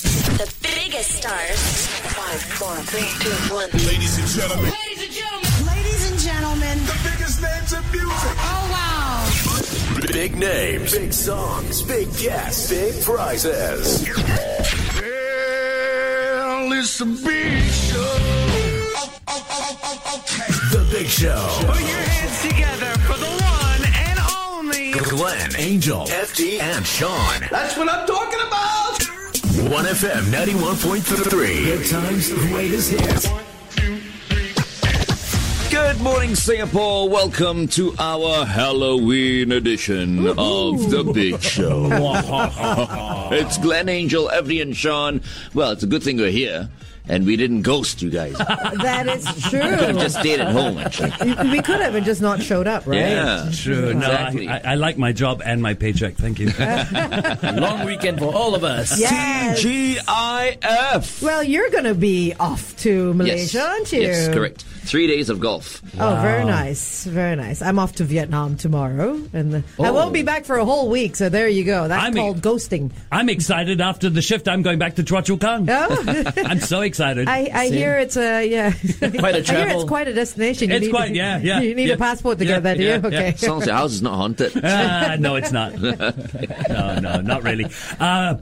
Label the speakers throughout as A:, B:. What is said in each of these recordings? A: The biggest stars. Five, four, three, two, one.
B: Ladies and gentlemen,
C: Ladies and gentlemen,
B: the biggest names in music.
C: oh wow.
B: Big names, big songs, big guests, big prizes. Well, it's the big show. The big show.
D: Put your hands together for the one and only.
B: Glenn, Angel, FD, and Sean. That's what I'm talking about. 1FM 91.3. Good times, greatest hits.
E: Good morning, Singapore. Welcome to our Halloween edition of The Big Show. it's Glenn Angel, Evie, and Sean. Well, it's a good thing we're here and we didn't ghost you guys. We
F: That is
E: could have
F: true.
E: just stayed at home, actually.
F: we could have and just not showed up, right?
E: Yeah.
G: True.
E: Exactly.
G: No, I, I, I like my job and my paycheck. Thank you.
H: Long weekend for all of us.
F: Yes.
E: TGIF.
F: Well, you're going to be off to Malaysia, aren't you?
E: Yes, correct. Three days of golf.
F: Oh, very nice. Very nice. I'm off to Vietnam tomorrow, and the,
E: Oh.
F: I won't be back for a whole week. So there you go. That's
G: I'm-
F: called ghosting.
G: I'm excited after the shift. I'm going back to Chua Kang.
F: Oh,
G: I'm so excited.
F: I, I hear it's a yeah.
H: Quite a
F: I hear
H: travel.
F: it's quite a destination. You
G: It's
F: need,
G: quite- yeah, yeah,
F: You need
G: yeah.
F: a passport to
G: Yeah,
F: get there. Do
G: yeah,
F: you?
G: yeah.
F: Okay.
E: As long as the house is not haunted.
G: Ah, no, it's not. No, no, not really. Uh,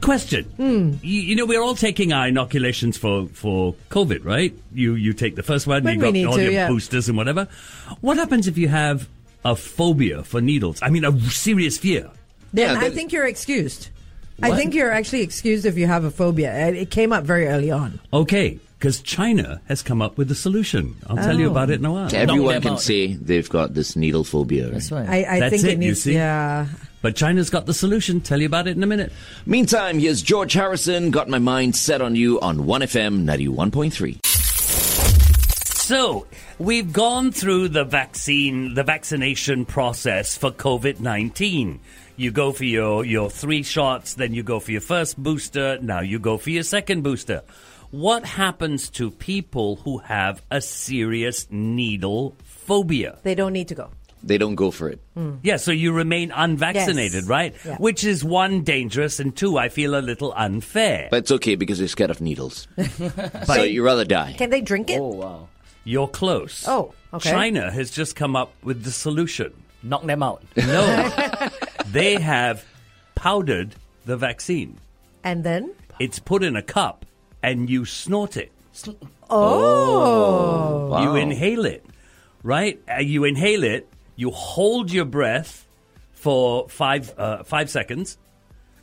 G: question.
F: Hmm.
G: You, you know, we're all taking our inoculations for, for COVID, right? You you take the first one,
F: When
G: you
F: we
G: got
F: need
G: all
F: to,
G: your
F: yeah.
G: boosters and whatever. What happens if you have a phobia for needles? I mean, a serious fear.
F: Then
E: Yeah,
F: I
E: but-
F: think you're excused. I think you're actually excused if you have a phobia. It- It came up very early on.
G: Okay, because China has come up with a solution. I'll tell you
F: Oh.
G: about it in a while.
E: Everyone
H: them
E: can
H: out.
E: say they've got this needle phobia. right?
H: That's right.
F: I, I
G: That's
F: think
G: it,
F: it,
G: you
F: needs.
G: see?
F: Yeah.
G: But China's got the solution. Tell you about it in a minute.
E: Meantime, here's George Harrison, Got My Mind Set on You on 1FM 91.3.
G: So, we've gone through the vaccine, the vaccination process for COVID 19. You go for your, your three shots, then you go for your first booster, now you go for your second booster. What happens to people who have a serious needle phobia?
F: They don't need to go.
E: They don't go for it.
G: Yeah, so you remain unvaccinated,
F: Yes.
G: right?
F: Yeah.
G: Which is one, dangerous, and two, I feel a little unfair.
E: But it's okay because you're scared of needles. so you rather die.
F: Can they drink it?
H: oh, wow.
G: You're close.
F: Oh, okay.
G: China has just come up with the solution.
H: Knock them out.
G: No. they have powdered the vaccine.
F: And then?
G: It's put in a cup and you snort it.
F: Oh.
G: You inhale it, right? Uh, you inhale it, you hold your breath for five, uh, five seconds,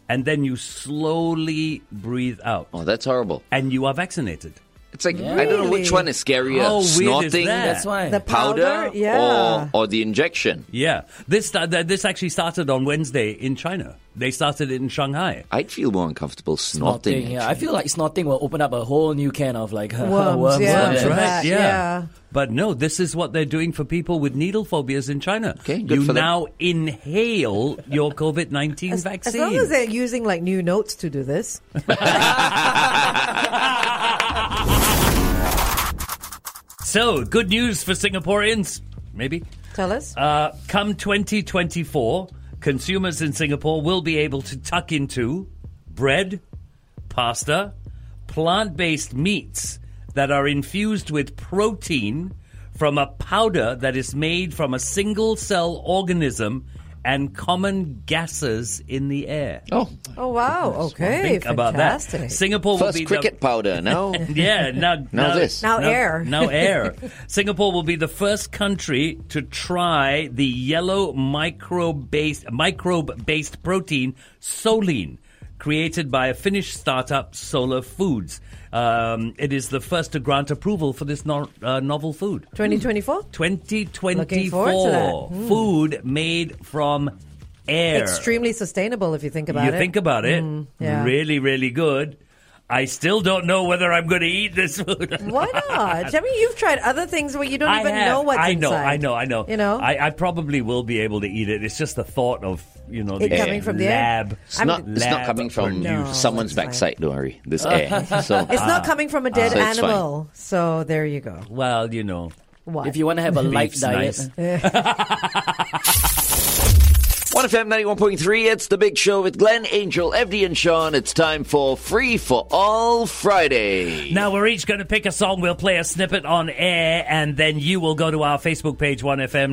G: and then you slowly breathe out.
E: Oh, that's horrible.
G: And you are vaccinated.
E: It's like, I don't know which
F: Really?
E: one is scarier.
G: How weird is
E: snorting
G: that?
H: That's why.
F: The
E: powder
F: powder? Yeah.
E: or, or the injection?
G: Yeah. This, sta- th- this actually started on Wednesday in China. They started it in Shanghai.
E: I'd feel more uncomfortable snorting.
H: Snorting, yeah. I
E: actually.
H: feel like snorting will open up a whole new can of like
F: Worms,
H: worms.
F: yeah.
H: Worms.
F: That's right. that, yeah.
G: But no, this is what they're doing for people with needle phobias in China.
E: Okay, good
G: you
E: for them.
G: now inhale your COVID nineteen
F: As,
G: vaccine.
F: as long as they're using like new notes to do this.
G: so, good news for Singaporeans, maybe.
F: Tell us.
G: Uh, come 2024, consumers in Singapore will be able to tuck into bread, pasta, plant based meats that are infused with protein from a powder that is made from a single cell organism and common gases in the air.
E: Oh,
F: oh, wow. Okay.
G: Think about that.
F: Fantastic.
G: Singapore will
E: first
G: be the-
E: cricket powder. Now,
G: yeah, now, now,
E: this.
F: Now air.
G: Now air. Singapore will be the first country to try the yellow microbe-based, microbe-based protein Soline, created by a Finnish startup Solar Foods. Um, it is the first to grant approval for this no- uh, novel food.
F: 2024?
G: 2024
F: Looking forward to that.
G: food made from air.
F: Extremely sustainable if you think about
G: you
F: it. Hmm,
G: think about it,
F: yeah.
G: really, really good. I still don't know whether I'm going to eat this food.
F: Why not? I mean, you've tried other things where you don't even know what's
G: I know,
F: inside.
G: I know, I know.
F: You know?
G: I, I probably will be able to eat it. It's just the thought of you know
F: It
G: the
F: coming from the air?
G: lab.
E: it's,
F: I'm-
E: not, it's not
G: lab
E: coming from
F: No,
E: someone's
F: that's fine.
E: backside, don't worry. This air. So,
F: it's
G: Uh,
F: not coming from a dead
E: So it's fine.
F: animal. So there you go.
G: Well, you know,
F: What?
H: If you want to have a light
G: Beef's
H: diet,
G: nice.
E: One FM 91.3, it's the big show with Glenn, Angel, FD, and Sean. It's time for Free for All Friday.
G: Now we're each going to pick a song. We'll play a snippet on air, and then you will go to our Facebook page,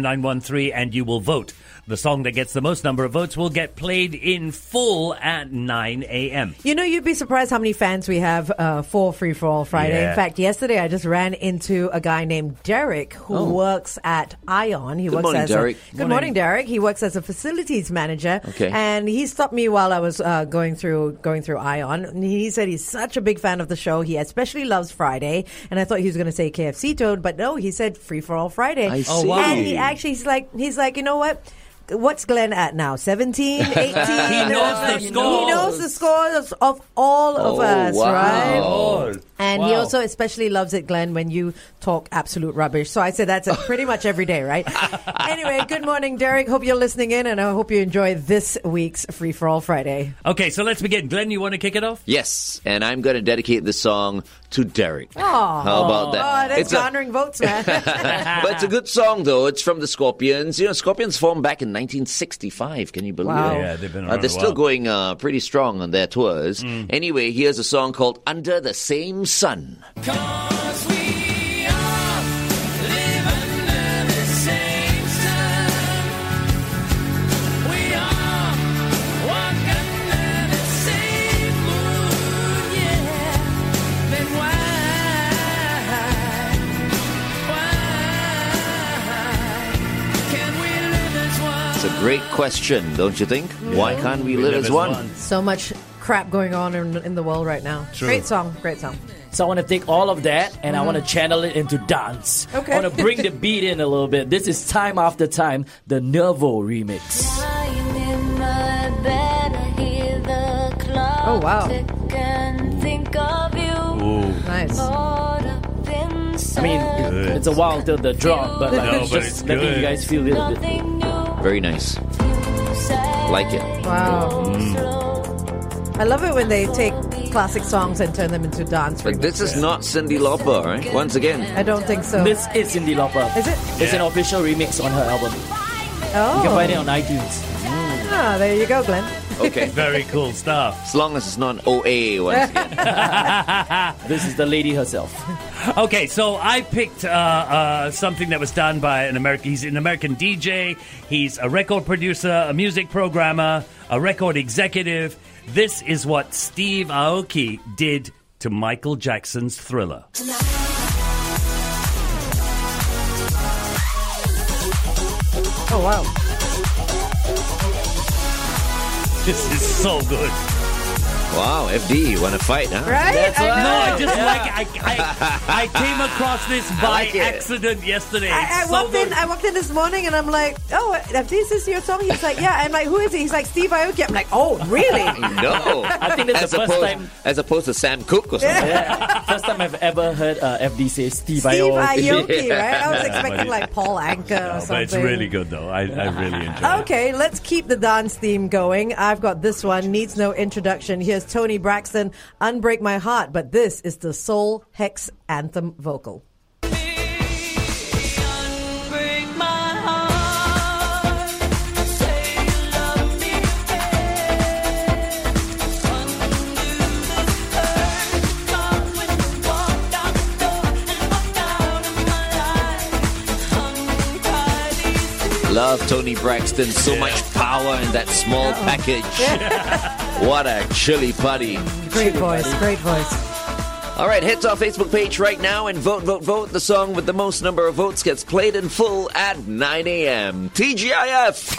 G: 1FM913, and you will vote. The song that gets the most number of votes will get played in full at 9 a.m.
F: You know, you'd be surprised how many fans we have uh, for Free for All Friday.
G: Yeah.
F: In fact, yesterday I just ran into a guy named Derek who works at Ion. He
E: Good
F: works
E: morning,
F: as
E: Derek.
F: A, good morning. Derek. He works as a facilities manager.
E: Okay.
F: And he stopped me while I was uh, going through going through Ion, and he said he's such a big fan of the show. He especially loves Friday, and I thought he was going to say KFC Toad, but no, he said Free for All Friday.
E: I
G: Oh, wow.
F: And
E: see.
F: he actually he's like he's like you know what. What's Glenn at now? 17, 18? he
G: knows the
F: He knows
G: scores.
F: the scores of all of
E: Oh,
F: us,
E: wow.
F: right?
G: Oh,
F: And he also especially loves it, Glenn, when you talk absolute rubbish. So I say that's it pretty much every day, right? anyway, good morning, Derek. Hope you're listening in, and I hope you enjoy this week's Free for All Friday.
G: Okay, so let's begin. Glenn, you want to kick it off?
E: Yes, and I'm going to dedicate this song to Derek. How about that?
F: Oh, that's
E: It's a-
F: garnering votes, man.
E: but it's a good song, though. It's from the Scorpions. You know, Scorpions formed back in 1965. Can you believe
F: Wow.
E: it?
G: Yeah, they've been
E: Uh,
G: around
E: they're
G: a
E: still
G: while. Mm.
E: going uh, pretty strong on their tours. Anyway, here's a song called Under the Same Sun. It's a great question, don't you think? Why can't we, live, as one?
F: so much crap going on in, in the world right now. Great song, great song.
H: So I want to take all of that and I want to channel it into dance.
F: Mm-hmm. Okay.
H: I want to bring the beat in a little bit. This is time after time, the Nervo remix.
I: Lying in my bed, I hear the clock
F: Oh, wow.
I: tick and think of you.
F: Nice.
I: Caught up in
H: I mean,
I: silence,
H: it's a while till the drop, but like,
G: No,
H: it's
G: but
H: just
G: it's
H: letting
G: good.
H: you guys feel a little bit.
I: nothing new
E: Very nice.
I: to say.
E: Like it.
F: Wow.
I: Go slow.
F: I love it when they take classic songs and turn them into dance.
E: But this is not Cindy Lauper, right? Once again.
F: I don't think so.
H: This is Cindy Lauper.
F: Is it?
H: It's an official remix on her album. You
F: Oh,
H: can find it on iTunes.
F: ah, there you go, Glenn.
E: Okay.
G: Very cool stuff.
E: as long as it's not OA once again.
H: This is the lady herself.
G: Okay, so I picked uh, uh, something that was done by an American. He's an American DJ. He's a record producer, a music programmer, a record executive. This is what Steve Aoki did to Michael Jackson's Thriller.
F: Oh wow.
G: This is so good.
E: Wow, FD, you want to fight, huh?
F: Right? I
G: No,
F: know.
G: I just like I, I, I came across this by
E: like it.
G: accident yesterday.
F: I, I
G: It's so
F: walked in.
G: good.
F: I walked in this morning, and I'm like, "Oh, if this is your song," he's like, "Yeah." I'm like, "Who is it?" He's like, "Steve Aoki." I'm like, "Oh, really?"
E: No.
H: I think that's
E: as
H: the first
E: opposed,
H: time-
E: As opposed to Sam Cooke or something.
H: First time I've ever heard uh, FD say Steve,
F: Steve
H: Aoki.
F: Aoki,
E: Yeah.
F: right? I was
G: Buddy.
F: expecting like Paul Anka or
G: No,
F: something.
G: but it's really good though. I, I really enjoy it.
F: Okay, let's keep the dance theme going. I've got this one. Needs no introduction. Here's Tony Braxton, "Unbreak My Heart," but this is the Soul Hex anthem vocal.
E: Love Tony Braxton. So much power in that small
H: Oh.
E: package. what a chilly putty.
F: Great voice, great voice.
E: All right, head to our Facebook page right now and vote, vote, vote. The song with the most number of votes gets played in full at 9 a.m. TGIF.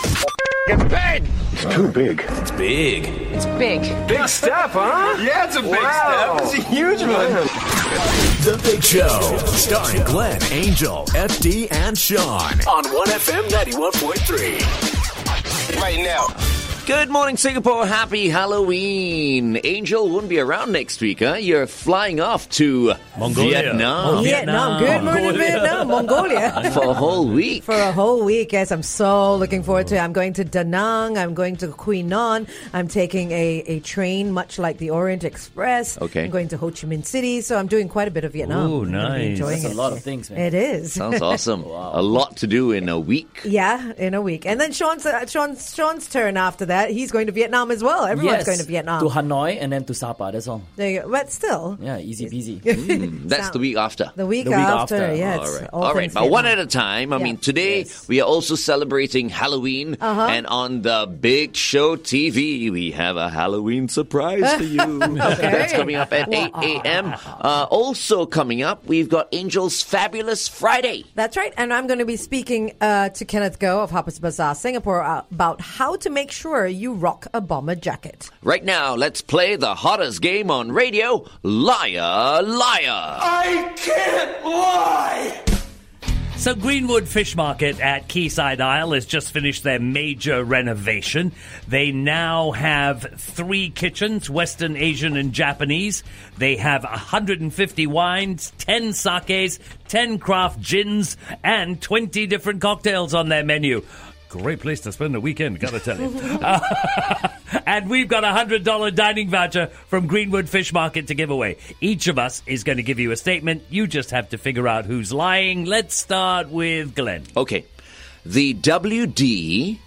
B: The Big Show, starring Glenn, Angel, FD, and Sean on 1FM 91.3.
J: right now.
E: Good morning, Singapore. Happy Halloween. Angel won't be around next week, huh? You're flying off to
G: Mongolia.
E: Vietnam
F: Vietnam. Good morning, Vietnam. Mongolia.
E: for a whole week.
F: For a whole week, yes, I'm so looking forward to it. I'm going to Da Nang. I'm going to Quy Non. I'm taking a, a train, much like the Orient Express.
E: Okay.
F: I'm going to Ho Chi Minh City. So I'm doing quite a bit of Vietnam.
G: Ooh,
F: I'm gonna be
G: nice.
F: Enjoying
H: That's
F: it.
H: a lot of things, man.
F: It is.
E: Sounds awesome. A lot to do in a week.
F: Yeah, in a week, and then Sean's uh, Sean's Sean's turn after that. He's going to Vietnam as well. Everyone's
H: yes,
F: going to Vietnam.
H: To Hanoi and then to Sapa. That's all.
F: There you go. But still,
H: Yeah, easy peasy.
E: That's the week after.
F: the week,
H: The week
F: after,
H: after.
F: yeah,
E: All
F: it's
E: right.
F: all
E: All right.
F: things
E: But one
F: Vietnam.
E: at a time. I
F: Yeah.
E: mean, today
H: Yes.
E: we are also celebrating Halloween.
F: Uh-huh.
E: And on the Big Show TV, we have a Halloween surprise for you. That's coming up at 8 a.m. Uh, also coming up, we've got Angel's Fabulous Friday.
F: That's right. And I'm going to be speaking uh, to Kenneth Go of Harper's Bazaar Singapore uh, about how to make sure you rock a bomber jacket.
E: Right now, let's play the hottest game on radio Liar, Liar.
B: I can't lie!
G: So Greenwood Fish Market at Quayside Isle has just finished their major renovation. They now have three kitchens, Western, Asian, and Japanese. They have 150 wines, 10 sakes, 10 craft gins, and 20 different cocktails on their menu. Great place to spend the weekend, gotta tell you. and we've got a $100 dining voucher from Greenwood Fish Market to give away. Each of us is going to give you a statement. You just have to figure out who's lying. Let's start with Glenn.
E: Okay. The WD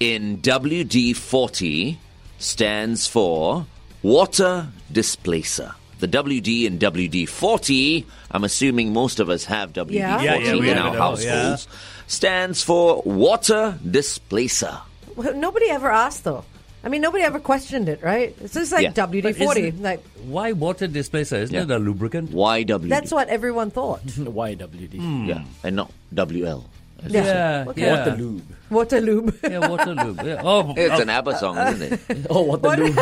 E: in WD 40 stands for water displacer. The WD in WD 40, I'm assuming most of us have WD 40
F: Yeah. Yeah,
G: yeah, we
E: in
G: have
E: our
G: it all,
E: households,
G: yeah.
E: stands for water displacer.
F: Well, Nobody ever asked, though. I mean, nobody ever questioned it, right? It's just
E: Yeah.
F: like
G: But
F: WD 40.
G: isn't-
F: Like,
G: Why water displacer? Isn't
E: Yeah.
G: it a lubricant?
E: YWD.
F: that's what everyone thought.
G: Mm-hmm.
H: YWD.
G: Hmm.
E: Yeah, and not WL.
F: Yeah.
G: yeah. Waterloo.
H: Waterloo.
F: Water lube.
G: Yeah, water lube. Yeah. Oh,
E: It's
G: oh,
E: an ABBA song,
F: Uh,
E: isn't it?
H: Oh, Waterloo.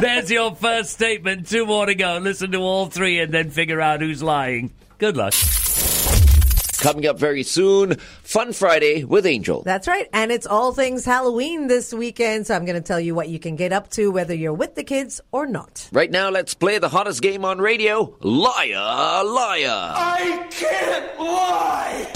G: there's your first statement. Two more to go. Listen to all three and then figure out who's lying. Good luck.
E: Coming up very soon, Fun Friday with Angel.
F: That's right. And it's all things Halloween this weekend. So I'm going to tell you what you can get up to, whether you're with the kids or not.
E: Right now, let's play the hottest game on radio, Liar, Liar.
B: I can't lie!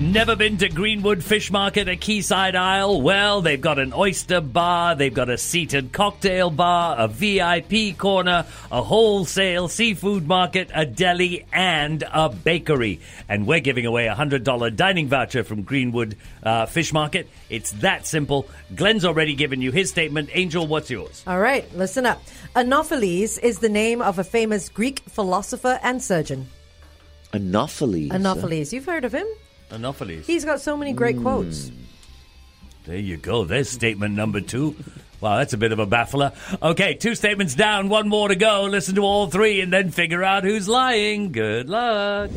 G: Never been to Greenwood Fish Market at Quayside Isle? Well, they've got an oyster bar, they've got a seated cocktail bar, a VIP corner, a wholesale seafood market, a deli, and a bakery. And we're giving away a $100 dining voucher from Greenwood uh, Fish Market. It's that simple. Glenn's already given you his statement. Angel, what's yours?
F: All right, listen up. Anopheles is the name of a famous Greek philosopher and surgeon.
E: Anopheles.
F: Anopheles. You've heard of him?
G: Anopheles.
F: He's got so many
G: Hmm.
F: great quotes.
G: There you go. There's statement number two. Wow, that's a bit of a baffler. Okay, two statements down, one more to go. Listen to all three and then figure out who's lying. Good luck.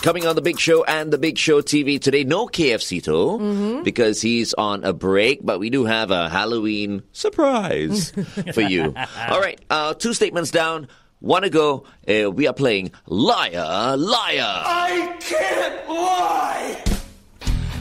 E: Coming on The Big Show and The Big Show TV today. No KFC, though,
F: Mm-hmm.
E: because he's on a break, but we do have a Halloween surprise for you. All right, uh, two statements down, one to go. Uh, we are playing Liar, Liar.
B: I can't lie!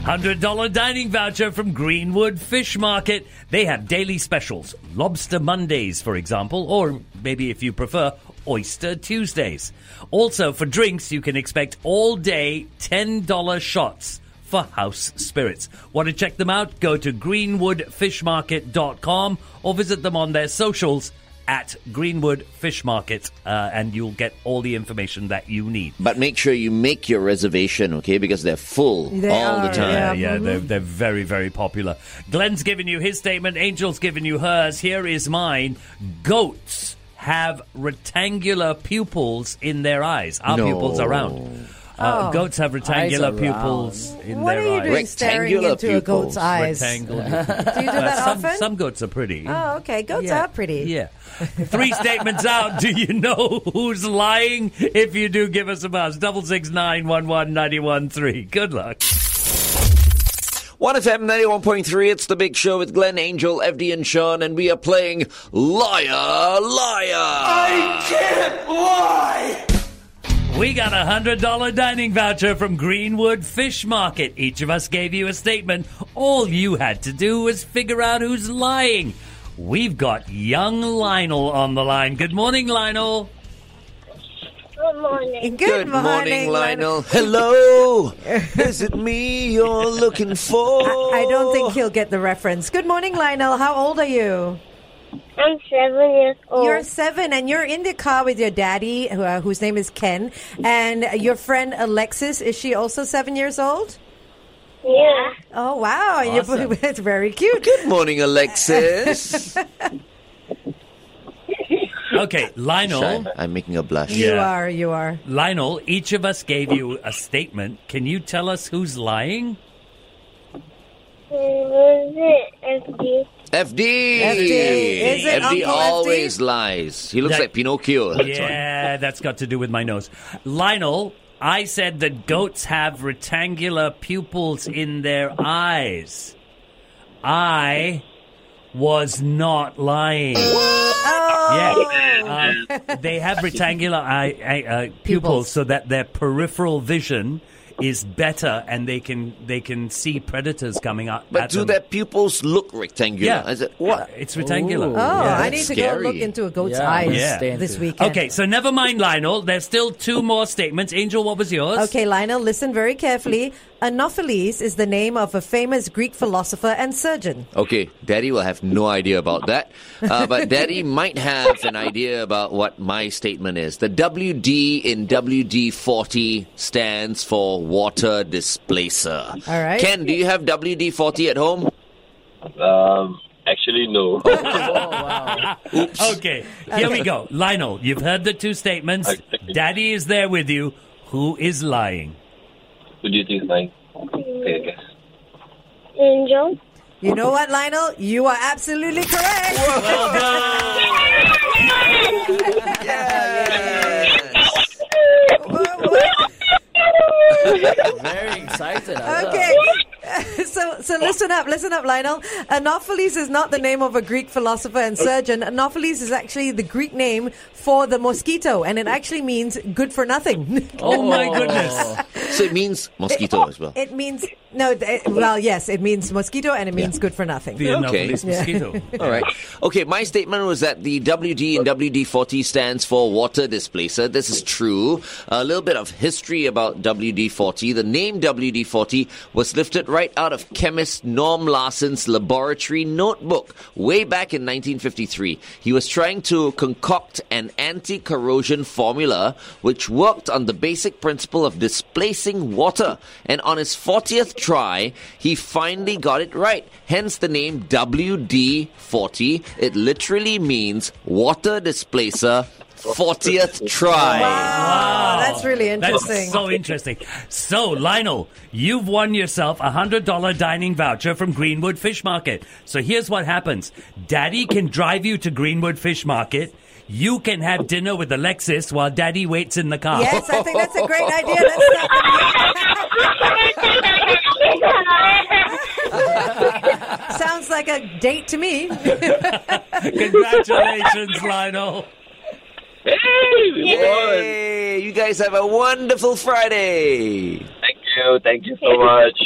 G: $100 dining voucher from Greenwood Fish Market. They have daily specials, Lobster Mondays, for example, or maybe if you prefer, Oyster Tuesdays. Also, for drinks, you can expect all day $10 shots for house spirits. Want to check them out? Go to greenwoodfishmarket.com or visit them on their socials at Greenwood Fish Market, uh, and you'll get all the information that you need.
E: But make sure you make your reservation, okay, because they're full
F: They
E: all the
F: are,
E: time.
G: Yeah,
F: Yeah,
G: yeah, they're, they're very, very popular. Glenn's given you his statement, Angel's given you hers. Here is mine. Goats have rectangular pupils in their eyes. Our
E: No.
G: pupils are round. Uh,
F: Oh.
G: Goats have rectangular
H: are round.
G: pupils in
F: what
G: their
F: are you doing
G: eyes.
F: staring
E: Rectangular
F: into a
E: pupils.
F: goat's eyes?
G: Rectangle.
F: Do you do that
G: Uh, some,
F: often?
G: some goats are pretty.
F: oh, okay. Goats
G: Yeah.
F: are pretty.
G: Yeah. Three statements out. Do you know who's lying? If you do, give us a buzz. Double six nine one one ninety one three. Good luck.
E: 1FM 91.3, it's The Big Show with Glenn Angel, FD, and Sean, and we are playing Liar, Liar.
B: I can't lie!
G: We got a $100 dining voucher from Greenwood Fish Market. Each of us gave you a statement. All you had to do was figure out who's lying. We've got young Lionel on the line. Good morning, Lionel.
J: Good morning.
F: Good, morning,
E: Lionel. Hello. Is it me you're looking for?
F: I don't
E: Oh.
F: think he'll get the reference. Good morning, Lionel. How old are you?
J: I'm seven years old.
F: You're seven, and you're in the car with your daddy, who, uh, whose name is Ken, and your friend Alexis. Is she also seven years old?
J: yeah.
F: Oh wow! And you're- it's very cute.
E: Good morning, Alexis.
G: Okay, Lionel.
E: Shy. I'm making a blush.
F: You
G: Yeah.
F: are. You are.
G: Lionel, each of us gave you a statement. Can you tell us who's lying?
J: Was it FD?
E: FD.
F: FD. Is it
E: FD
F: Uncle
E: always
F: FD?
E: lies. He looks
G: That-
E: like Pinocchio. That's why.
G: yeah, that's got to do with my nose. Lionel, I said that goats have rectangular pupils in their eyes. I was not lying.
F: Oh,
G: Yeah. Uh, they have rectangular eye, eye, uh, pupils,
F: Pupils.
G: so that their peripheral vision is better and they can they can see predators coming up.
E: But
G: at
E: do
G: them.
E: their pupils look rectangular?
G: Yeah.
E: I said, what?
G: It's rectangular.
H: Ooh.
F: Oh,
E: Yeah,
F: I
E: that's
F: need to
E: scary.
F: go look into a goat's
H: Yeah,
F: eyes
G: Yeah.
F: this
H: understand.
F: weekend.
G: Okay, so never mind, Lionel. There's still two more statements. Angel, what was yours?
F: Okay, Lionel, listen very carefully. Anopheles is the name of a famous Greek philosopher and surgeon.
E: Okay, Daddy will have no idea about that. Uh, but Daddy might have an idea about what my statement is. The WD in WD 40 stands for water displacer.
F: All right.
E: Ken, do you have WD 40 at home?
K: Um, actually, no.
G: Okay, here we go. Lionel, you've heard the two statements.
K: Okay.
G: Daddy is there with you. Who is lying?
K: Who do you think is lying? Okay, I guess.
J: Angel?
F: You know what, Lionel? You are absolutely correct. Whoa, whoa.
H: Very excited.
F: Okay. So, so listen up, listen up, Lionel. Anopheles is not the name of a Greek philosopher and surgeon. Anopheles is actually the Greek name for the mosquito, and it actually means good for nothing.
G: Oh my goodness.
E: So it means mosquito as well.
F: It means no. th- well, yes, it means mosquito, and it means good for nothing.
G: The
E: Okay.
G: Anopheles mosquito.
E: All right. Okay, my statement was that the WD and WD-40 stands for water displacer. This is true. A little bit of history about WD-40. The name WD-40 was lifted right out of chemist Norm Larsen's laboratory notebook way back in 1953. He was trying to concoct an anti-corrosion formula which worked on the basic principle of displacing water. And on his 40th try, he finally got it right. Hence the name WD 40. It literally means water displacer 40th try.
F: Wow, that's really
G: That's
F: interesting.
G: so interesting. So, Lionel, you've won yourself a $100 dining voucher from Greenwood Fish Market. So, here's what happens Daddy can drive you to Greenwood Fish Market. You can have dinner with Alexis while Daddy waits in the car.
F: yes, I think that's a great idea. Let's stop it. Sounds like a date to me.
G: Congratulations, Lionel.
K: Hey, we won!
E: Hey, you guys have a wonderful Friday.
K: Thank you, thank you so much.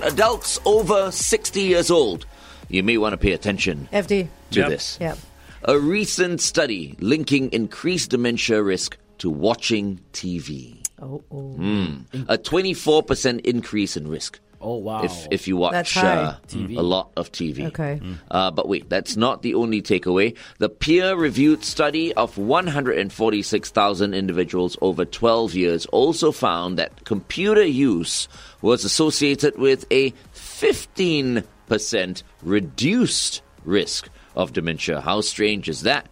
E: Adults over 60 years old, you may want to pay attention
F: FD.
E: to
G: Yep.
E: this.
F: Yep.
E: A recent study linking increased dementia risk to watching TV.
F: Oh, oh.
E: Mm. A 24% increase in risk.
H: Oh wow.
E: if if you watch
F: That's high.
E: uh, a lot of TV.
F: Okay. Mm.
E: Uh, but wait, that's not the only takeaway. The peer-reviewed study of 146,000 individuals over 12 years also found that computer use was associated with a 15% reduced risk of dementia. How strange is that?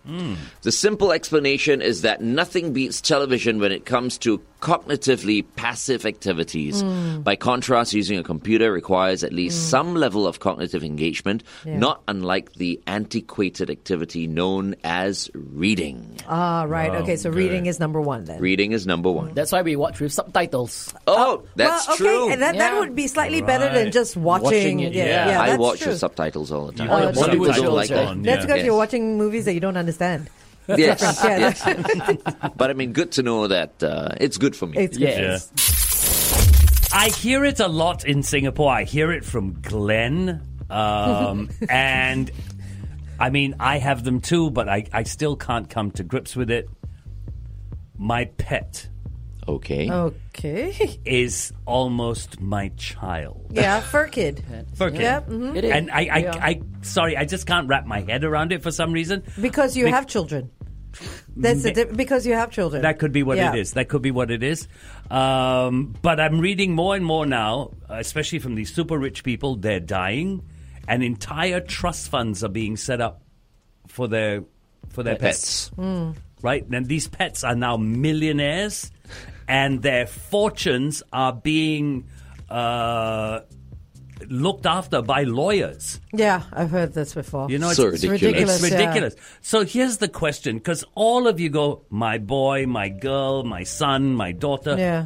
E: The simple explanation is that nothing beats television when it comes to cognitively passive activities.
F: Hmm.
E: By contrast, using a computer requires at least some level of cognitive engagement, not unlike the antiquated activity known as reading.
F: Ah, right. okay,
E: Oh,
F: so reading is number one then.
E: Reading is number one.
H: That's why we watch with subtitles.
E: oh, that's
F: well, okay,
E: true.
F: and that, that
H: Yeah.
F: would be slightly better than
G: Right.
F: just watching.
H: Watching it,
G: yeah.
E: I
F: that's
E: watch
F: true.
E: the subtitles all the time.
G: Oh,
E: Some people
G: subtitles
E: don't like
G: on,
E: that.
G: yeah.
F: That's because
E: Yes.
F: you're watching movies that you don't understand.
E: Yes,
F: Difference, yeah.
E: yes. but I mean, good to know that uh, it's good for me.
G: It's good for Yes. I hear it a lot in Singapore. I hear it from Glenn. Um, and I mean, I have them too, but I, I still can't come to grips with it. My pet.
E: Okay.
F: Oh, Okay.
G: Is almost my child.
F: Yeah, fur kid.
G: Fur kid.
F: Yeah,
H: mm-hmm.
F: mhm.
G: And I, I,
F: Yeah.
G: I, sorry, I just can't wrap my head around it for some reason.
F: because you
G: Be-
F: have children. That's the di- because you have children.
G: That could be what
F: Yeah.
G: it is. That could be what it is. Um, but I'm reading more and more now, especially from these super rich people. They're dying, and entire trust funds are being set up for their for their pets. Right? And these pets are now millionaires, and their fortunes are being uh, looked after by lawyers.
F: Yeah, I've heard this before.
G: You know, it's, it's It's
F: yeah.
G: ridiculous. So here's the question, because all of you go, my boy, my girl, my son, my daughter.
F: Yeah.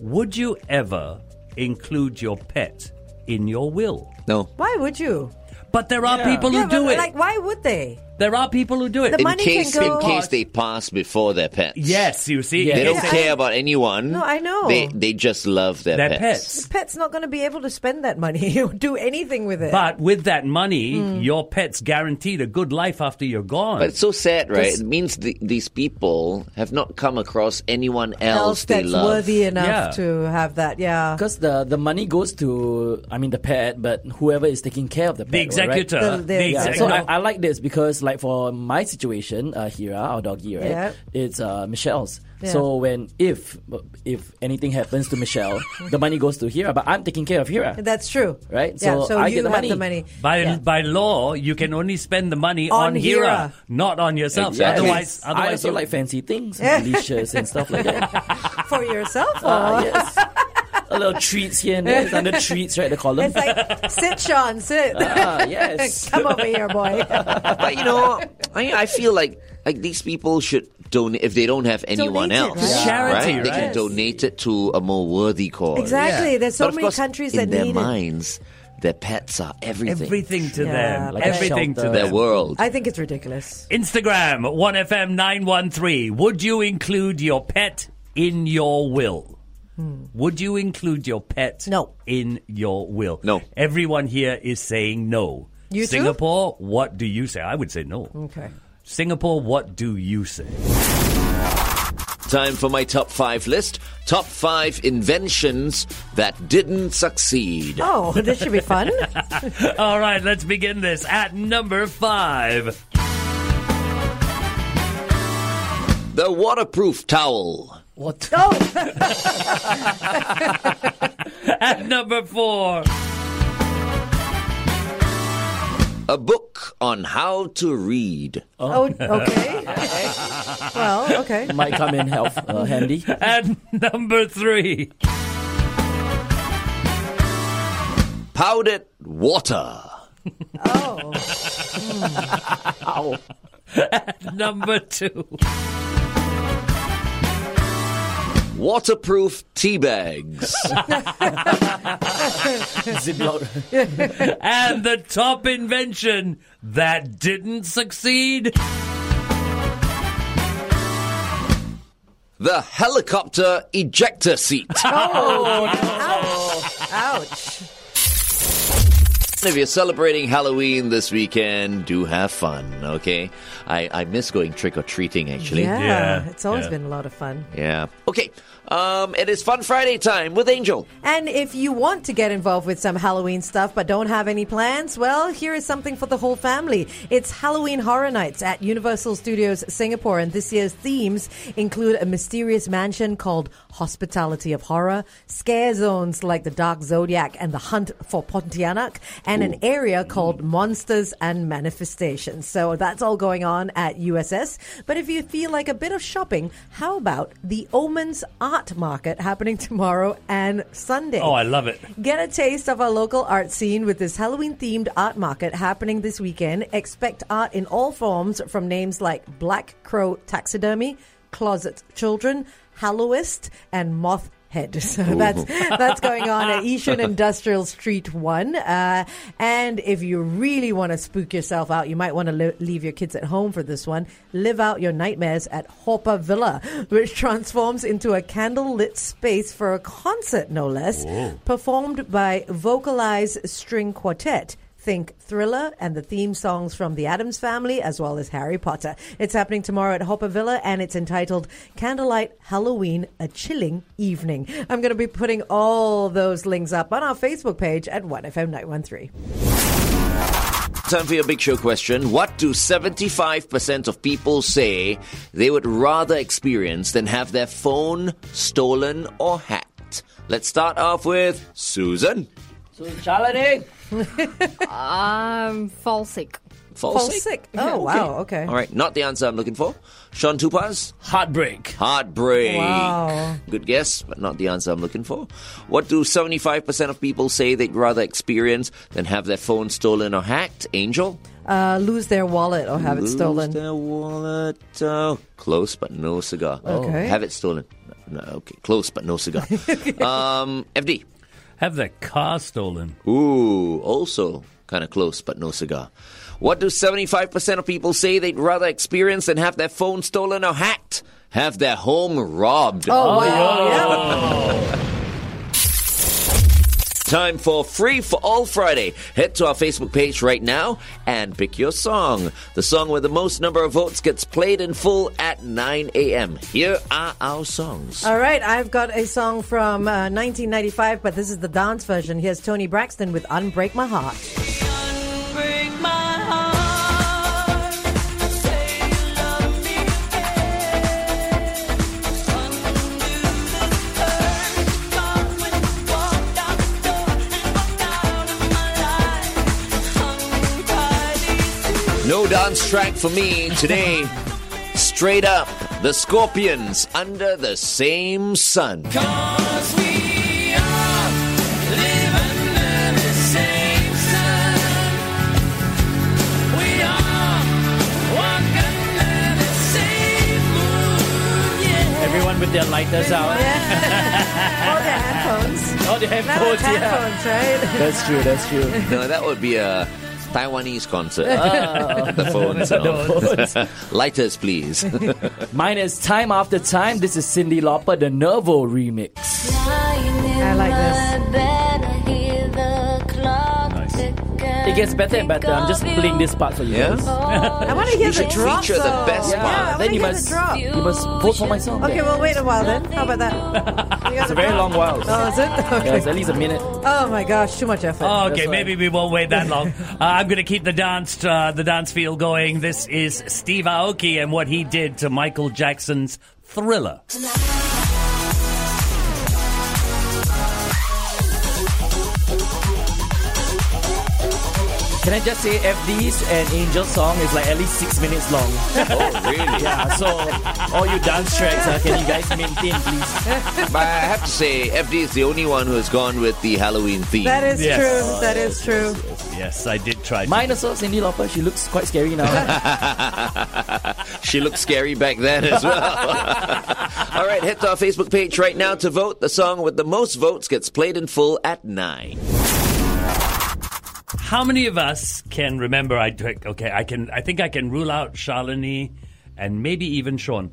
G: Would you ever include your pet in your will?
E: No.
F: Why would you?
G: But there are people who
F: Yeah,
G: do
F: but,
G: it.
F: Like, why would they?
G: there are people who do it.
F: The money
E: in case,
F: can go.
E: in case they pass before their pets.
G: Yes, you see,
E: they
G: yes.
E: don't
G: Yeah,
E: care about anyone.
F: No, I know.
E: They they just love their,
G: Their
E: pets.
F: The pet's not going to be able to spend that money or do anything with it.
G: But with that money, your pet's guaranteed a good life after you're gone.
E: But it's so sad, right?
G: This-
E: it means the, these people have not come across anyone else,
F: else
E: they
F: that's
E: love.
F: worthy enough
H: Yeah.
F: to have that. Yeah.
H: Because the, the money goes to, I mean, the pet, but whoever is taking care of the pet. right?
G: executor. The- the The
H: Yeah,
G: exec-
H: So I,
G: no.
H: I like this because, like, for my situation, uh, Hira, our doggy, right?
F: Yeah.
H: It's uh, Michelle's.
F: Yeah.
H: So when, if, if anything happens to Michelle, the money goes to Hira, but I'm taking care of Hira.
F: That's true.
H: Right?
F: Yeah,
H: So
F: so
H: I
F: you
H: get the
F: have
H: money.
F: the money.
G: By, by law, you can only spend the money on,
F: On
G: Hira,
F: Hira.
G: not on yourself.
H: Exactly.
G: Otherwise,
H: I
G: otherwise
H: also
G: you-
H: like fancy things,
F: Yeah.
H: delicious and stuff like that.
F: For yourself? Or?
H: Ah, yes. A little treats here and there. It's under treats, right? The column.
F: It's like, sit, Sean, sit.
H: Ah, yes.
F: Come over here, boy.
E: but you know, I, I feel like like these people should donate if they don't have anyone
F: Donate it,
E: else.
F: right?
G: Charity,
E: They can
G: right?
E: donate it to a more worthy cause.
F: Exactly. There's so
E: But of
F: many
E: course,
F: countries
E: in
F: that
E: their
F: need it.
E: minds, their pets are everything.
G: everything to
F: Yeah,
E: Um,
G: them.
H: like a
G: everything to
H: shelter.
G: them.
E: Their world.
F: I think it's ridiculous.
G: Instagram, 1FM913. Would you include your pet in your will? Would you include your pet
F: Hmm. No.
G: in your will?
E: No.
G: Everyone here is saying no.
F: You too?
G: Singapore, what do you say? I would say no.
F: Okay.
G: Singapore, what do you say?
E: Time for my top five list. Top five inventions that didn't succeed.
F: Oh, this should be fun.
G: All right, let's begin this at number five.
E: The waterproof towel.
H: What?
F: oh,
G: At number four.
E: A book on how to read.
F: oh, okay. well, okay.
H: Might come in help, uh, handy.
G: At number three.
E: Powdered water.
F: Oh,
G: Number two.
E: Waterproof tea bags.
H: Ziploc.
G: And the top invention that didn't succeed.
E: the helicopter ejector seat.
F: Oh,
G: Oh,
F: ouch.
E: if you're celebrating Halloween this weekend, do have fun, okay? I, I miss going trick or treating, actually.
F: Yeah,
G: Yeah,
F: it's always
G: yeah.
F: been a lot of fun.
E: Yeah. Okay. Um, it is Fun Friday time with Angel.
F: And if you want to get involved with some Halloween stuff but don't have any plans, well, here is something for the whole family. It's Halloween Horror Nights at Universal Studios Singapore, and this year's themes include a mysterious mansion called Hospitality of Horror, scare zones like the Dark Zodiac and the Hunt for Pontianak, and an area called Monsters and Manifestations. So that's all going on at USS. But if you feel like a bit of shopping, how about the Omens Art Market happening tomorrow and Sunday?
G: Oh, I love it.
F: Get a taste of our local art scene with this Halloween themed art market happening this weekend. Expect art in all forms from names like Black Crow Taxidermy, Closet Children, Halloist, and Moth head. So that's that's going on at Yishun Industrial Street One. Uh, and if you really want to spook yourself out, you might want to li- leave your kids at home for this one. Live out your nightmares at Hopper Villa, which transforms into a candle lit space for a concert, no less,
L: Whoa.
F: performed by Vocalize String Quartet. Think Thriller and the theme songs from The Adams Family, as well as Harry Potter. It's happening tomorrow at Hopper Villa, and it's entitled Candlelight Halloween A Chilling Evening. I'm going to be putting all those links up on our Facebook page at 1FM913.
E: Time for your big show question. What do 75% of people say they would rather experience than have their phone stolen or hacked? Let's start off with Susan.
M: So, Charlene? um, fall sick.
E: Fall Fall sick? sick.
F: Oh, wow, okay.
E: All right, not the answer I'm looking for. Sean Tupas.
H: Heartbreak.
E: Heartbreak.
F: Wow.
E: Good guess, but not the answer I'm looking for. What do 75% of people say they'd rather experience than have their phone stolen or hacked? Angel?
F: Uh, lose their wallet or have
E: Lose
F: it stolen.
E: their wallet. Oh, close but no cigar.
F: Oh.
E: Oh,
F: Okay.
E: Have it stolen. No, okay, close but no cigar. um, FD.
G: Have their car stolen.
E: Ooh, also kind of close but no cigar. What do 75% of people say they'd rather experience than have their phone stolen or hacked? Have their home robbed.
F: Oh,
E: Time for Free for All Friday. Head to our Facebook page right now and pick your song. The song with the most number of votes gets played in full at 9 a.m. Here are our songs.
F: All right, I've got a song from uh, 1995, but this is the dance version. Here's Tony Braxton with Unbreak My Heart.
E: No dance track for me today. Straight up, the Scorpions under the same sun.
H: Everyone with their lighters out.
F: All the headphones.
G: Oh,
H: All the headphones,
F: Now it's
H: yeah.
F: headphones, right?
H: That's true, that's true.
E: No, that would be a Taiwanese concert. Ah,
H: Oh.
E: the phones. and all. Lighters, please.
H: Mine is Time After Time. This is Cindy Lauper, the Nervo remix.
I: I like this.
H: It gets better and better. I'm just playing this part for you
E: Yeah?
H: guys.
F: I want to hear the drop. though.
H: Yeah,
F: Yeah, I
H: then you
F: wanna hear
H: must
F: the drop.
H: you must vote for my song.
F: Okay,
H: then.
F: well, wait a while then. How about that?
H: it's a very long while.
F: Oh, is it? Okay.
H: Yeah, it's at least a minute.
F: Oh my gosh, too much effort.
G: Oh, okay, maybe we won't wait that long. uh, I'm going to keep the dance uh, the dance field going. This is Steve Aoki and what he did to Michael Jackson's Thriller.
H: Can I just say FD's and Angel's song is like at least six minutes long.
E: oh, really?
H: Yeah, so all you dance tracks, uh, can you guys maintain, please?
E: But I have to say, FD is the only one who has gone with the Halloween theme.
F: That is
H: Yes.
F: true. That is true.
G: Yes, I did try.
H: Mine also, Cindy Lauper. She looks quite scary now.
E: she looked scary back then as well. All right, head to our Facebook page right now to vote. The song with the most votes gets played in full at 9.
G: How many of us can remember? I took- okay. I can. I think I can rule out Charlene and maybe even Sean.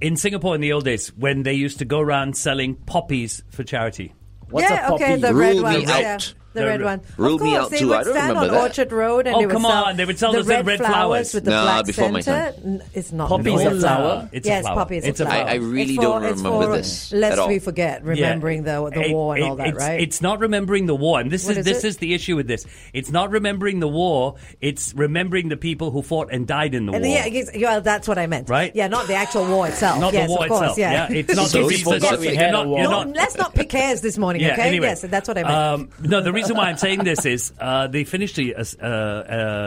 G: In Singapore, in the old days, when they used to go around selling poppies for charity.
H: What's
F: yeah,
H: a
F: okay,
H: poppy?
F: the red
E: Rule
F: one.
E: me
F: Yeah,
E: out.
F: the
G: The
F: red
G: re-
F: one.
E: Rule
F: of
E: me
F: course,
E: out
F: they
E: too.
F: would
E: I don't
F: stand
E: remember
F: on
E: that.
F: Orchard Road and
G: Oh,
F: they would
G: come
F: sell
G: on, they would sell
F: the
G: us in
F: red,
G: red
F: flowers.
G: flowers.
F: with the
E: Nah,
F: black
E: before my
F: center. N- It's not.
H: Poppy is a
F: Yes,
H: flower.
G: It's a
F: yes,
G: flower.
F: poppy is
G: It's
F: a
G: a
F: flower.
G: flower. I- I
E: really
F: It's for-
E: don't
F: it's
E: remember
F: for-
E: this
F: Lest
E: at all.
F: we forget remembering the the
G: It-
F: war and
G: it-
F: all that,
G: it's,
F: right?
G: It's not remembering the war, and this
F: What
G: is
F: is
G: this
F: it?
G: is the issue with this. It's not remembering the war. It's remembering the people who fought and died in the
F: And
G: war.
F: yeah, yes, yeah, that's what I meant.
G: Right?
F: Yeah, not the actual war itself.
G: Not the
F: yes,
G: war
F: of course.
G: itself.
F: Yeah.
G: Yeah, it's not
E: So
G: the
E: we
G: reason
E: forgot we
G: you're
E: had
G: not-
H: a
G: you're
H: war.
G: not-
F: No, let's not pick hairs this morning,
G: Yeah,
F: okay?
G: anyway.
F: Yes, that's what I meant.
G: Um, no, the reason why I'm saying this is uh, they finished a, a- uh,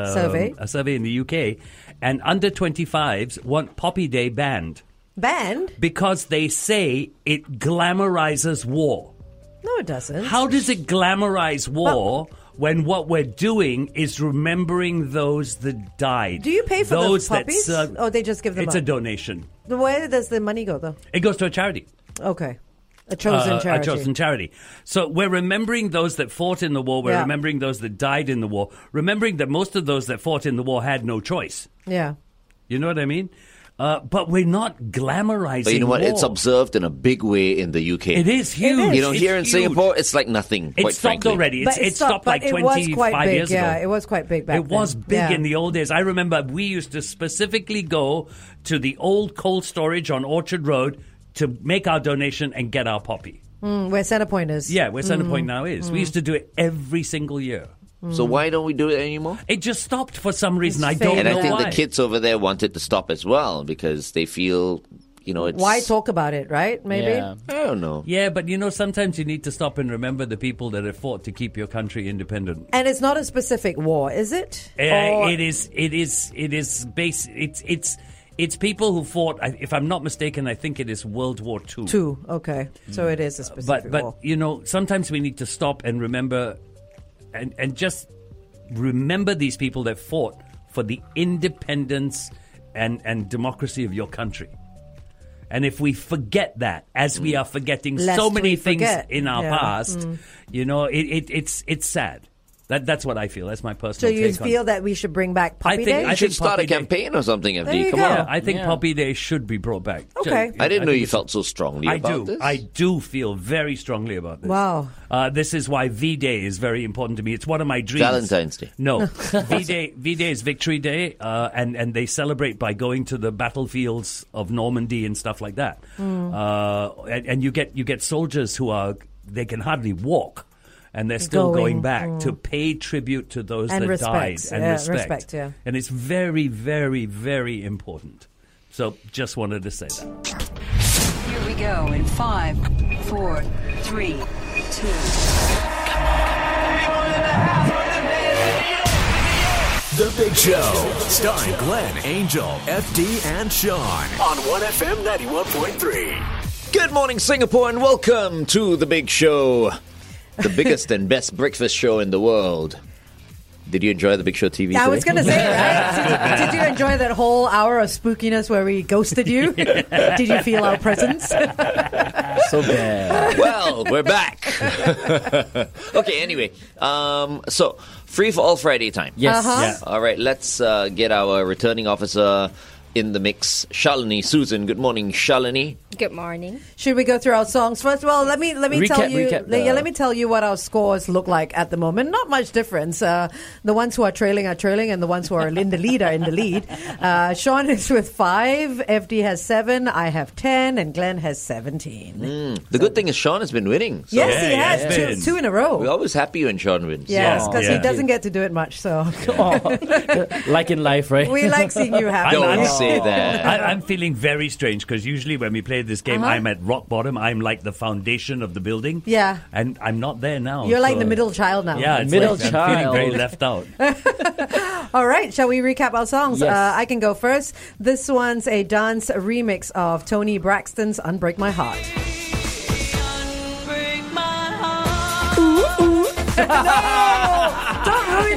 G: um,
F: Survey?
G: a survey in the UK, and under 25s want Poppy Day banned
F: Banned?
G: because they say it glamorizes war.
F: No, it doesn't.
G: How does it glamorize war when what we're doing is remembering those that died?
F: Do you pay for
G: those
F: those puppies? Oh,
G: That served-
F: or they just give them
G: it's
F: up?
G: a donation.
F: Where does the money go, though?
G: It goes to a charity.
F: Okay. A chosen
G: uh,
F: charity.
G: A chosen charity. So we're remembering those that fought in the war. We're
F: Yeah.
G: remembering those that died in the war. Remembering that most of those that fought in the war had no choice.
F: Yeah.
G: You know what I mean? Uh, but we're not glamorizing.
E: But you know what?
G: War.
E: It's obsubserved in a big way in the UK.
G: It is It huge.
E: You know,
G: is.
E: here in
G: It's
E: Singapore, it's like nothing.
G: It
E: quite
G: stopped
E: frankly.
G: already. It's-
F: But it
G: it
F: stopped,
G: stopped like
F: but it was quite
G: 25
F: big.
G: years
F: yeah,
G: ago.
F: it was quite big back
G: it was
F: then.
G: big
F: Yeah.
G: in the old days. I remember we used to specifically go to the old cold storage on Orchard Road to make our donation and get our poppy.
F: Mm, where Centrepoint is.
G: Yeah, where Centrepoint Point
F: Mm,
G: now is.
F: mm.
G: We used to do it every single year.
E: So why don't we do it anymore?
G: It just stopped for some reason. I don't
E: and
G: know
E: I think
G: why.
E: the kids over there wanted to stop as well because they feel, you know, it's.
F: Why talk about it, right? Maybe.
E: I don't know.
G: Yeah, but you know, sometimes you need to stop and remember the people that have fought to keep your country independent.
F: And it's not a specific war, is it?
G: Uh,
F: Or-
G: it is. It is. It is. Base. It's. It's. It's people who fought. I- If I'm not mistaken, I think it is World War Two.
F: Two. Okay. So it is a specific
G: But but
F: war.
G: you know, sometimes we need to stop and remember, and and just remember these people that fought for the independence and and democracy of your country. And if we forget that, as we are forgetting so
F: Mm. Lest we
G: many things
F: forget.
G: in our
F: Yeah.
G: past,
F: Mm.
G: you know, it, it, it's it's sad. That that's what I feel. That's my
F: So
G: personal.
F: you
G: take on
F: feel that we should bring back Puppy Day?
E: You should start a campaign or something, FD.
F: There you
E: Come
F: go.
E: on.
G: Yeah, I think Poppy Day should be brought back.
F: Okay.
E: I didn't know
G: think
E: you
G: it's-
E: felt so strongly
G: I
E: about
G: do.
E: this.
G: I do feel very strongly about this.
F: Wow.
G: Uh, this is why V Day is very important to me. It's one of my dreams.
E: Valentine's Day.
G: No, V Day. V Day is Victory Day, uh, and and they celebrate by going to the battlefields of Normandy and stuff like that.
L: Mm.
G: Uh, and, and you get you get soldiers who are they can hardly walk, and they're still
L: Going,
G: going, back
L: mm.
G: to pay tribute to those
F: And
G: that
F: respect,
G: died and
F: yeah,
G: respect.
F: respect, yeah.
G: And it's very, very, very important. So just wanted to say that.
N: Here we go in five, four, three, two.
B: The Big Show, starring Glenn Angel, FD, and Sean on 1FM 91.3.
E: Good morning, Singapore, and welcome to the big show, the biggest and best breakfast show in the world. Did you enjoy the Big Show TV?
F: I
E: today?
F: was going to say, right? Did, did you enjoy that whole hour of spookiness where we ghosted you? Did you feel our presence? Uh-huh.
E: so bad. Well, we're back. okay, anyway. Um, so, free for all Friday time.
F: Yes. Uh-huh. Yeah.
E: All right, let's uh, get our returning officer in the mix, Shalini Susan. Good morning, Shalini.
O: Good morning.
F: Should we go through our songs first? Well, let me let me
E: Recap-
F: tell you.
E: recap
F: le- yeah,
E: the-
F: let me tell you what our scores look like at the moment. Not much difference. Uh, the ones who are trailing are trailing, and the ones who are in the lead are in the lead. Uh, Sean is with five. FD has seven. I have ten, and Glenn has seventeen.
E: Mm, The good thing is Sean has been winning.
F: Yes, he Yeah, has. he has Two- been. two in a row.
E: We're always happy when Sean wins.
F: Yes, because he doesn't get to do it much. So
H: Oh,
E: Like in life, right?
F: we like seeing you happy.
E: Don't say that.
G: I, I'm feeling very strange because usually when we play this game,
F: Uh-huh.
G: I'm at rock bottom. I'm like the foundation of the building.
F: Yeah.
G: And I'm not there now.
F: You're like
G: so-
F: the middle Oh, child now.
G: Yeah, it's like I'm feeling very left out.
F: All right, shall we recap our songs?
G: Yes.
F: Uh, I can go first. This one's a dance remix of Tony Braxton's Unbreak My Heart. Don't ruin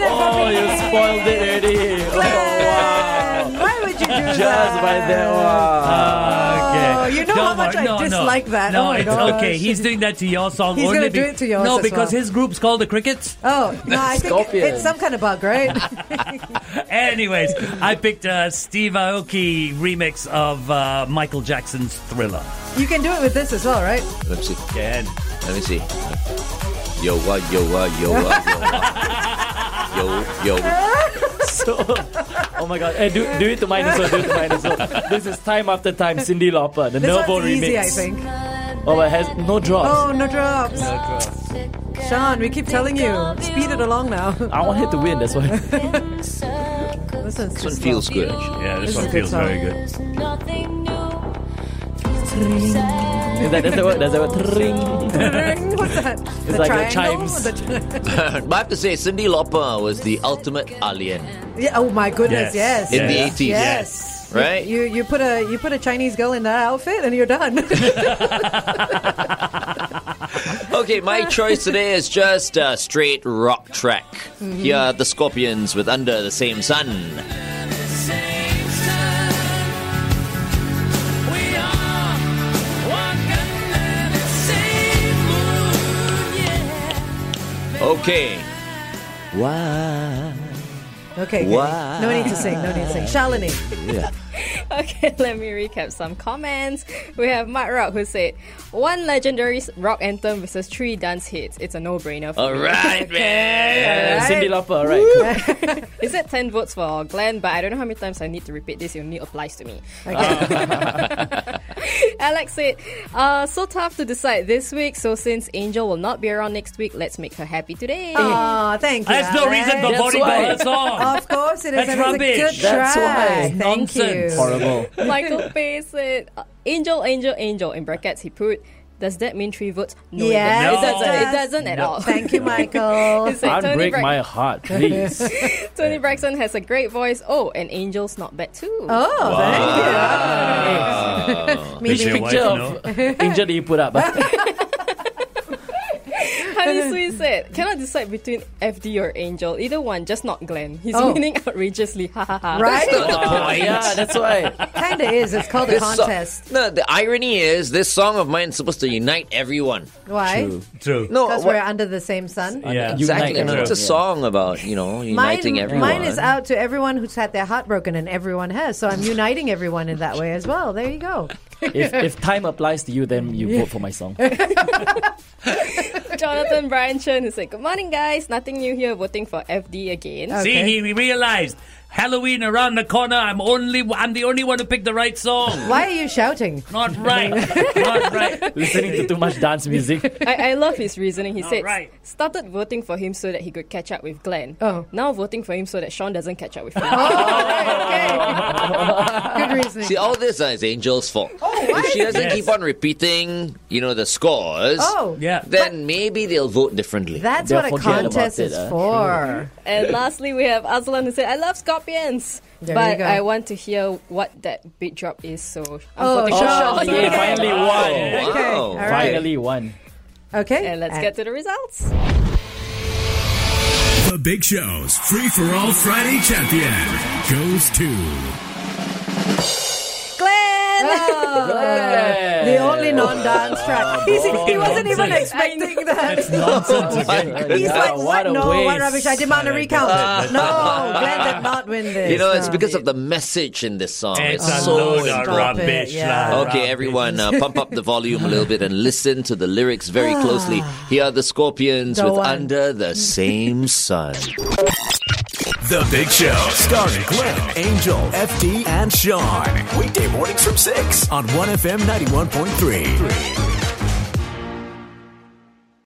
F: it for
H: Oh,
F: me.
H: you spoiled it already.
F: Glenn, Why would you do
H: Just
F: that?
H: by that one.
F: Okay. you know how much I dislike that.
G: No,
F: Oh my
G: it's
F: gosh.
G: okay. He's doing that to your song.
F: He's
G: only
F: gonna do
G: be-
F: it to yours
G: No,
F: as
G: because
F: well.
G: his group's called the Crickets.
F: Oh, no, I think
G: Scorpion.
F: it's some kind of bug, right?
G: Anyways, I picked a Steve Aoki remix of uh, Michael Jackson's Thriller.
F: you can do it with this as well, right?
E: Let me see.
G: Can.
E: Let me see. Yo, what, yo, what, yo, what, yo, what. Yo, yo.
H: So, oh my god. Hey, do, do it to mine as well. Do it to mine as well. This is time after time. Cindy Lauper, the
F: this
H: Nervo
F: one's
H: remix.
F: easy, I think.
H: Oh, but it has no
F: Oh,
H: drops.
F: no drops. Sean, we keep telling you. Speed it along now.
H: I want her to win. That's why.
F: This one's
H: This
F: just
H: feels
F: fun.
H: good, actually.
G: Yeah,
F: This is
G: this,
F: a
G: one
F: good
G: feels
F: song.
G: very good.
H: Is that, that's the word. That's the word.
F: Tring. What's that?
E: It's
F: the
E: like a
F: triangle?
E: chimes.
F: The tri-
E: but I have to say, Cindy Lauper was the ultimate alien.
F: yeah, oh my goodness, yes.
E: Yes. In the
F: yes.
E: 80s.
F: Yes.
E: Right?
F: You you put a you put a Chinese girl in that outfit and you're done.
E: Okay, my choice today is just a straight rock track.
F: Mhm.
E: Here are the Scorpions with Under the Same Sun.
D: We are one
E: Okay. Why?
F: Okay. good.
E: Why?
F: No need to sing. No need to sing. Shalini.
E: Yeah.
H: Okay, let me recap some comments. We have Matt Rock who said, one legendary s- rock anthem versus three dance hits. It's a no-brainer for
P: All
H: me."
P: right,
H: All
P: man.
H: right.
P: Cindy Lauper, right?
H: Is that 10 votes for Glenn? But I don't know how many times I need to repeat this. It only applies to me. Uh, Alex said, uh, so tough to decide this week. So since Angel will not be around next week, let's make her happy today.
F: Aw, thank you.
G: That's no
F: Alex.
G: reason for voting for her song.
F: Of course it is.
G: That's
F: and It's a
G: rubbish.
F: good
G: That's
F: try.
G: why.
F: Thank
G: Nonsense.
F: you.
G: Horrible.
H: Michael Pay said, uh, Angel, Angel, Angel. In brackets, he put, does that mean three votes? No, it
F: Yes, it
H: doesn't. it
F: does.
H: doesn't. It doesn't at all.
F: Thank you, Michael.
H: It's like Tony Brax-
P: heart,
H: Tony Braxton has a great voice. Oh, and Angel's not bad too.
F: Oh,
P: Wow. Picture,
H: Meeting-
P: picture of Angel that you put up. ah.
H: Honey Sweet said, cannot decide between FD or Angel. Either one, just not Glenn. He's
F: Oh.
H: winning outrageously. Ha ha ha.
F: Right? That's
E: not the point.
P: Oh, Yeah, that's why.
F: Kinda is. It's called a
E: Oh, This so-
F: contest.
E: no, the irony is this song of mine is supposed to unite everyone.
F: Why?
G: True.
E: No,
F: Because
E: what-
F: we're under the same sun.
E: yeah. exactly.
P: Unite
E: No, it's a
P: everyone.
E: song about you know
F: Mine,
E: uniting everyone.
F: mine is out to everyone who's had their heart broken, and everyone has. So I'm uniting everyone in that way as well. There you go.
P: If, if time applies to you, then you vote for my song.
H: Jonathan Brian Chen who said, Good morning, guys. Nothing new here. Voting for FD again.
G: See, he he realized Halloween around the corner. I'm only I'm the only one who picked the right song.
F: Why are you shouting?
G: Not right. Not right.
P: Listening to too much dance music.
H: I, I love his reasoning. He
G: All
H: said,
G: right.
H: started voting for him so that he could catch up with Glenn.
F: Oh.
H: Now voting for him so that Sean doesn't catch up with him.
F: Good reasoning.
E: See, all this uh, is Angel's fault.
F: Oh,
E: if she doesn't
G: Yes.
E: keep on repeating, you know, the scores,
F: Oh,
G: Yeah.
E: then maybe they'll vote differently.
F: that's
P: They'll
F: what a
P: forget about
F: contest
P: it,
F: is
P: uh,
F: for.
H: and lastly, we have Aslan who said, I love scorpions.
F: There you
H: but
F: go.
H: I want to hear what that beat drop is, so I'm
F: Oh,
H: voting for
F: Sean.
H: Sean.
P: yeah,
F: okay.
P: finally won.
F: Okay,
E: Wow.
F: all right.
P: Finally won.
F: Okay.
H: And let's get to the results.
B: The Big Show's Free for All Friday champion goes to
H: Glenn!
F: the only non-dance track. He's, he wasn't even
G: Nonsense.
F: expecting that.
G: It's nonsense again.
F: He's like,
P: Wow,
F: what?
P: what a
F: no, what
P: waste.
F: rubbish. I demand a recount. no, Glenn did not win this.
E: You know, it's
F: No.
E: because of the message in this song.
G: It's
E: It's,
G: a
E: so
G: load of
E: important.
F: Stop it,
G: rubbish.
F: yeah.
G: lah,
E: Okay,
G: rubbish.
E: everyone, uh, pump up the volume a little bit and listen to the lyrics very closely. Here are the Scorpions
F: Go
E: with
F: on.
E: Under the Same Sun.
B: The Big Show, starring Glenn, Angel, FD, and Sean. Weekday mornings from 6 on 1FM 91.3.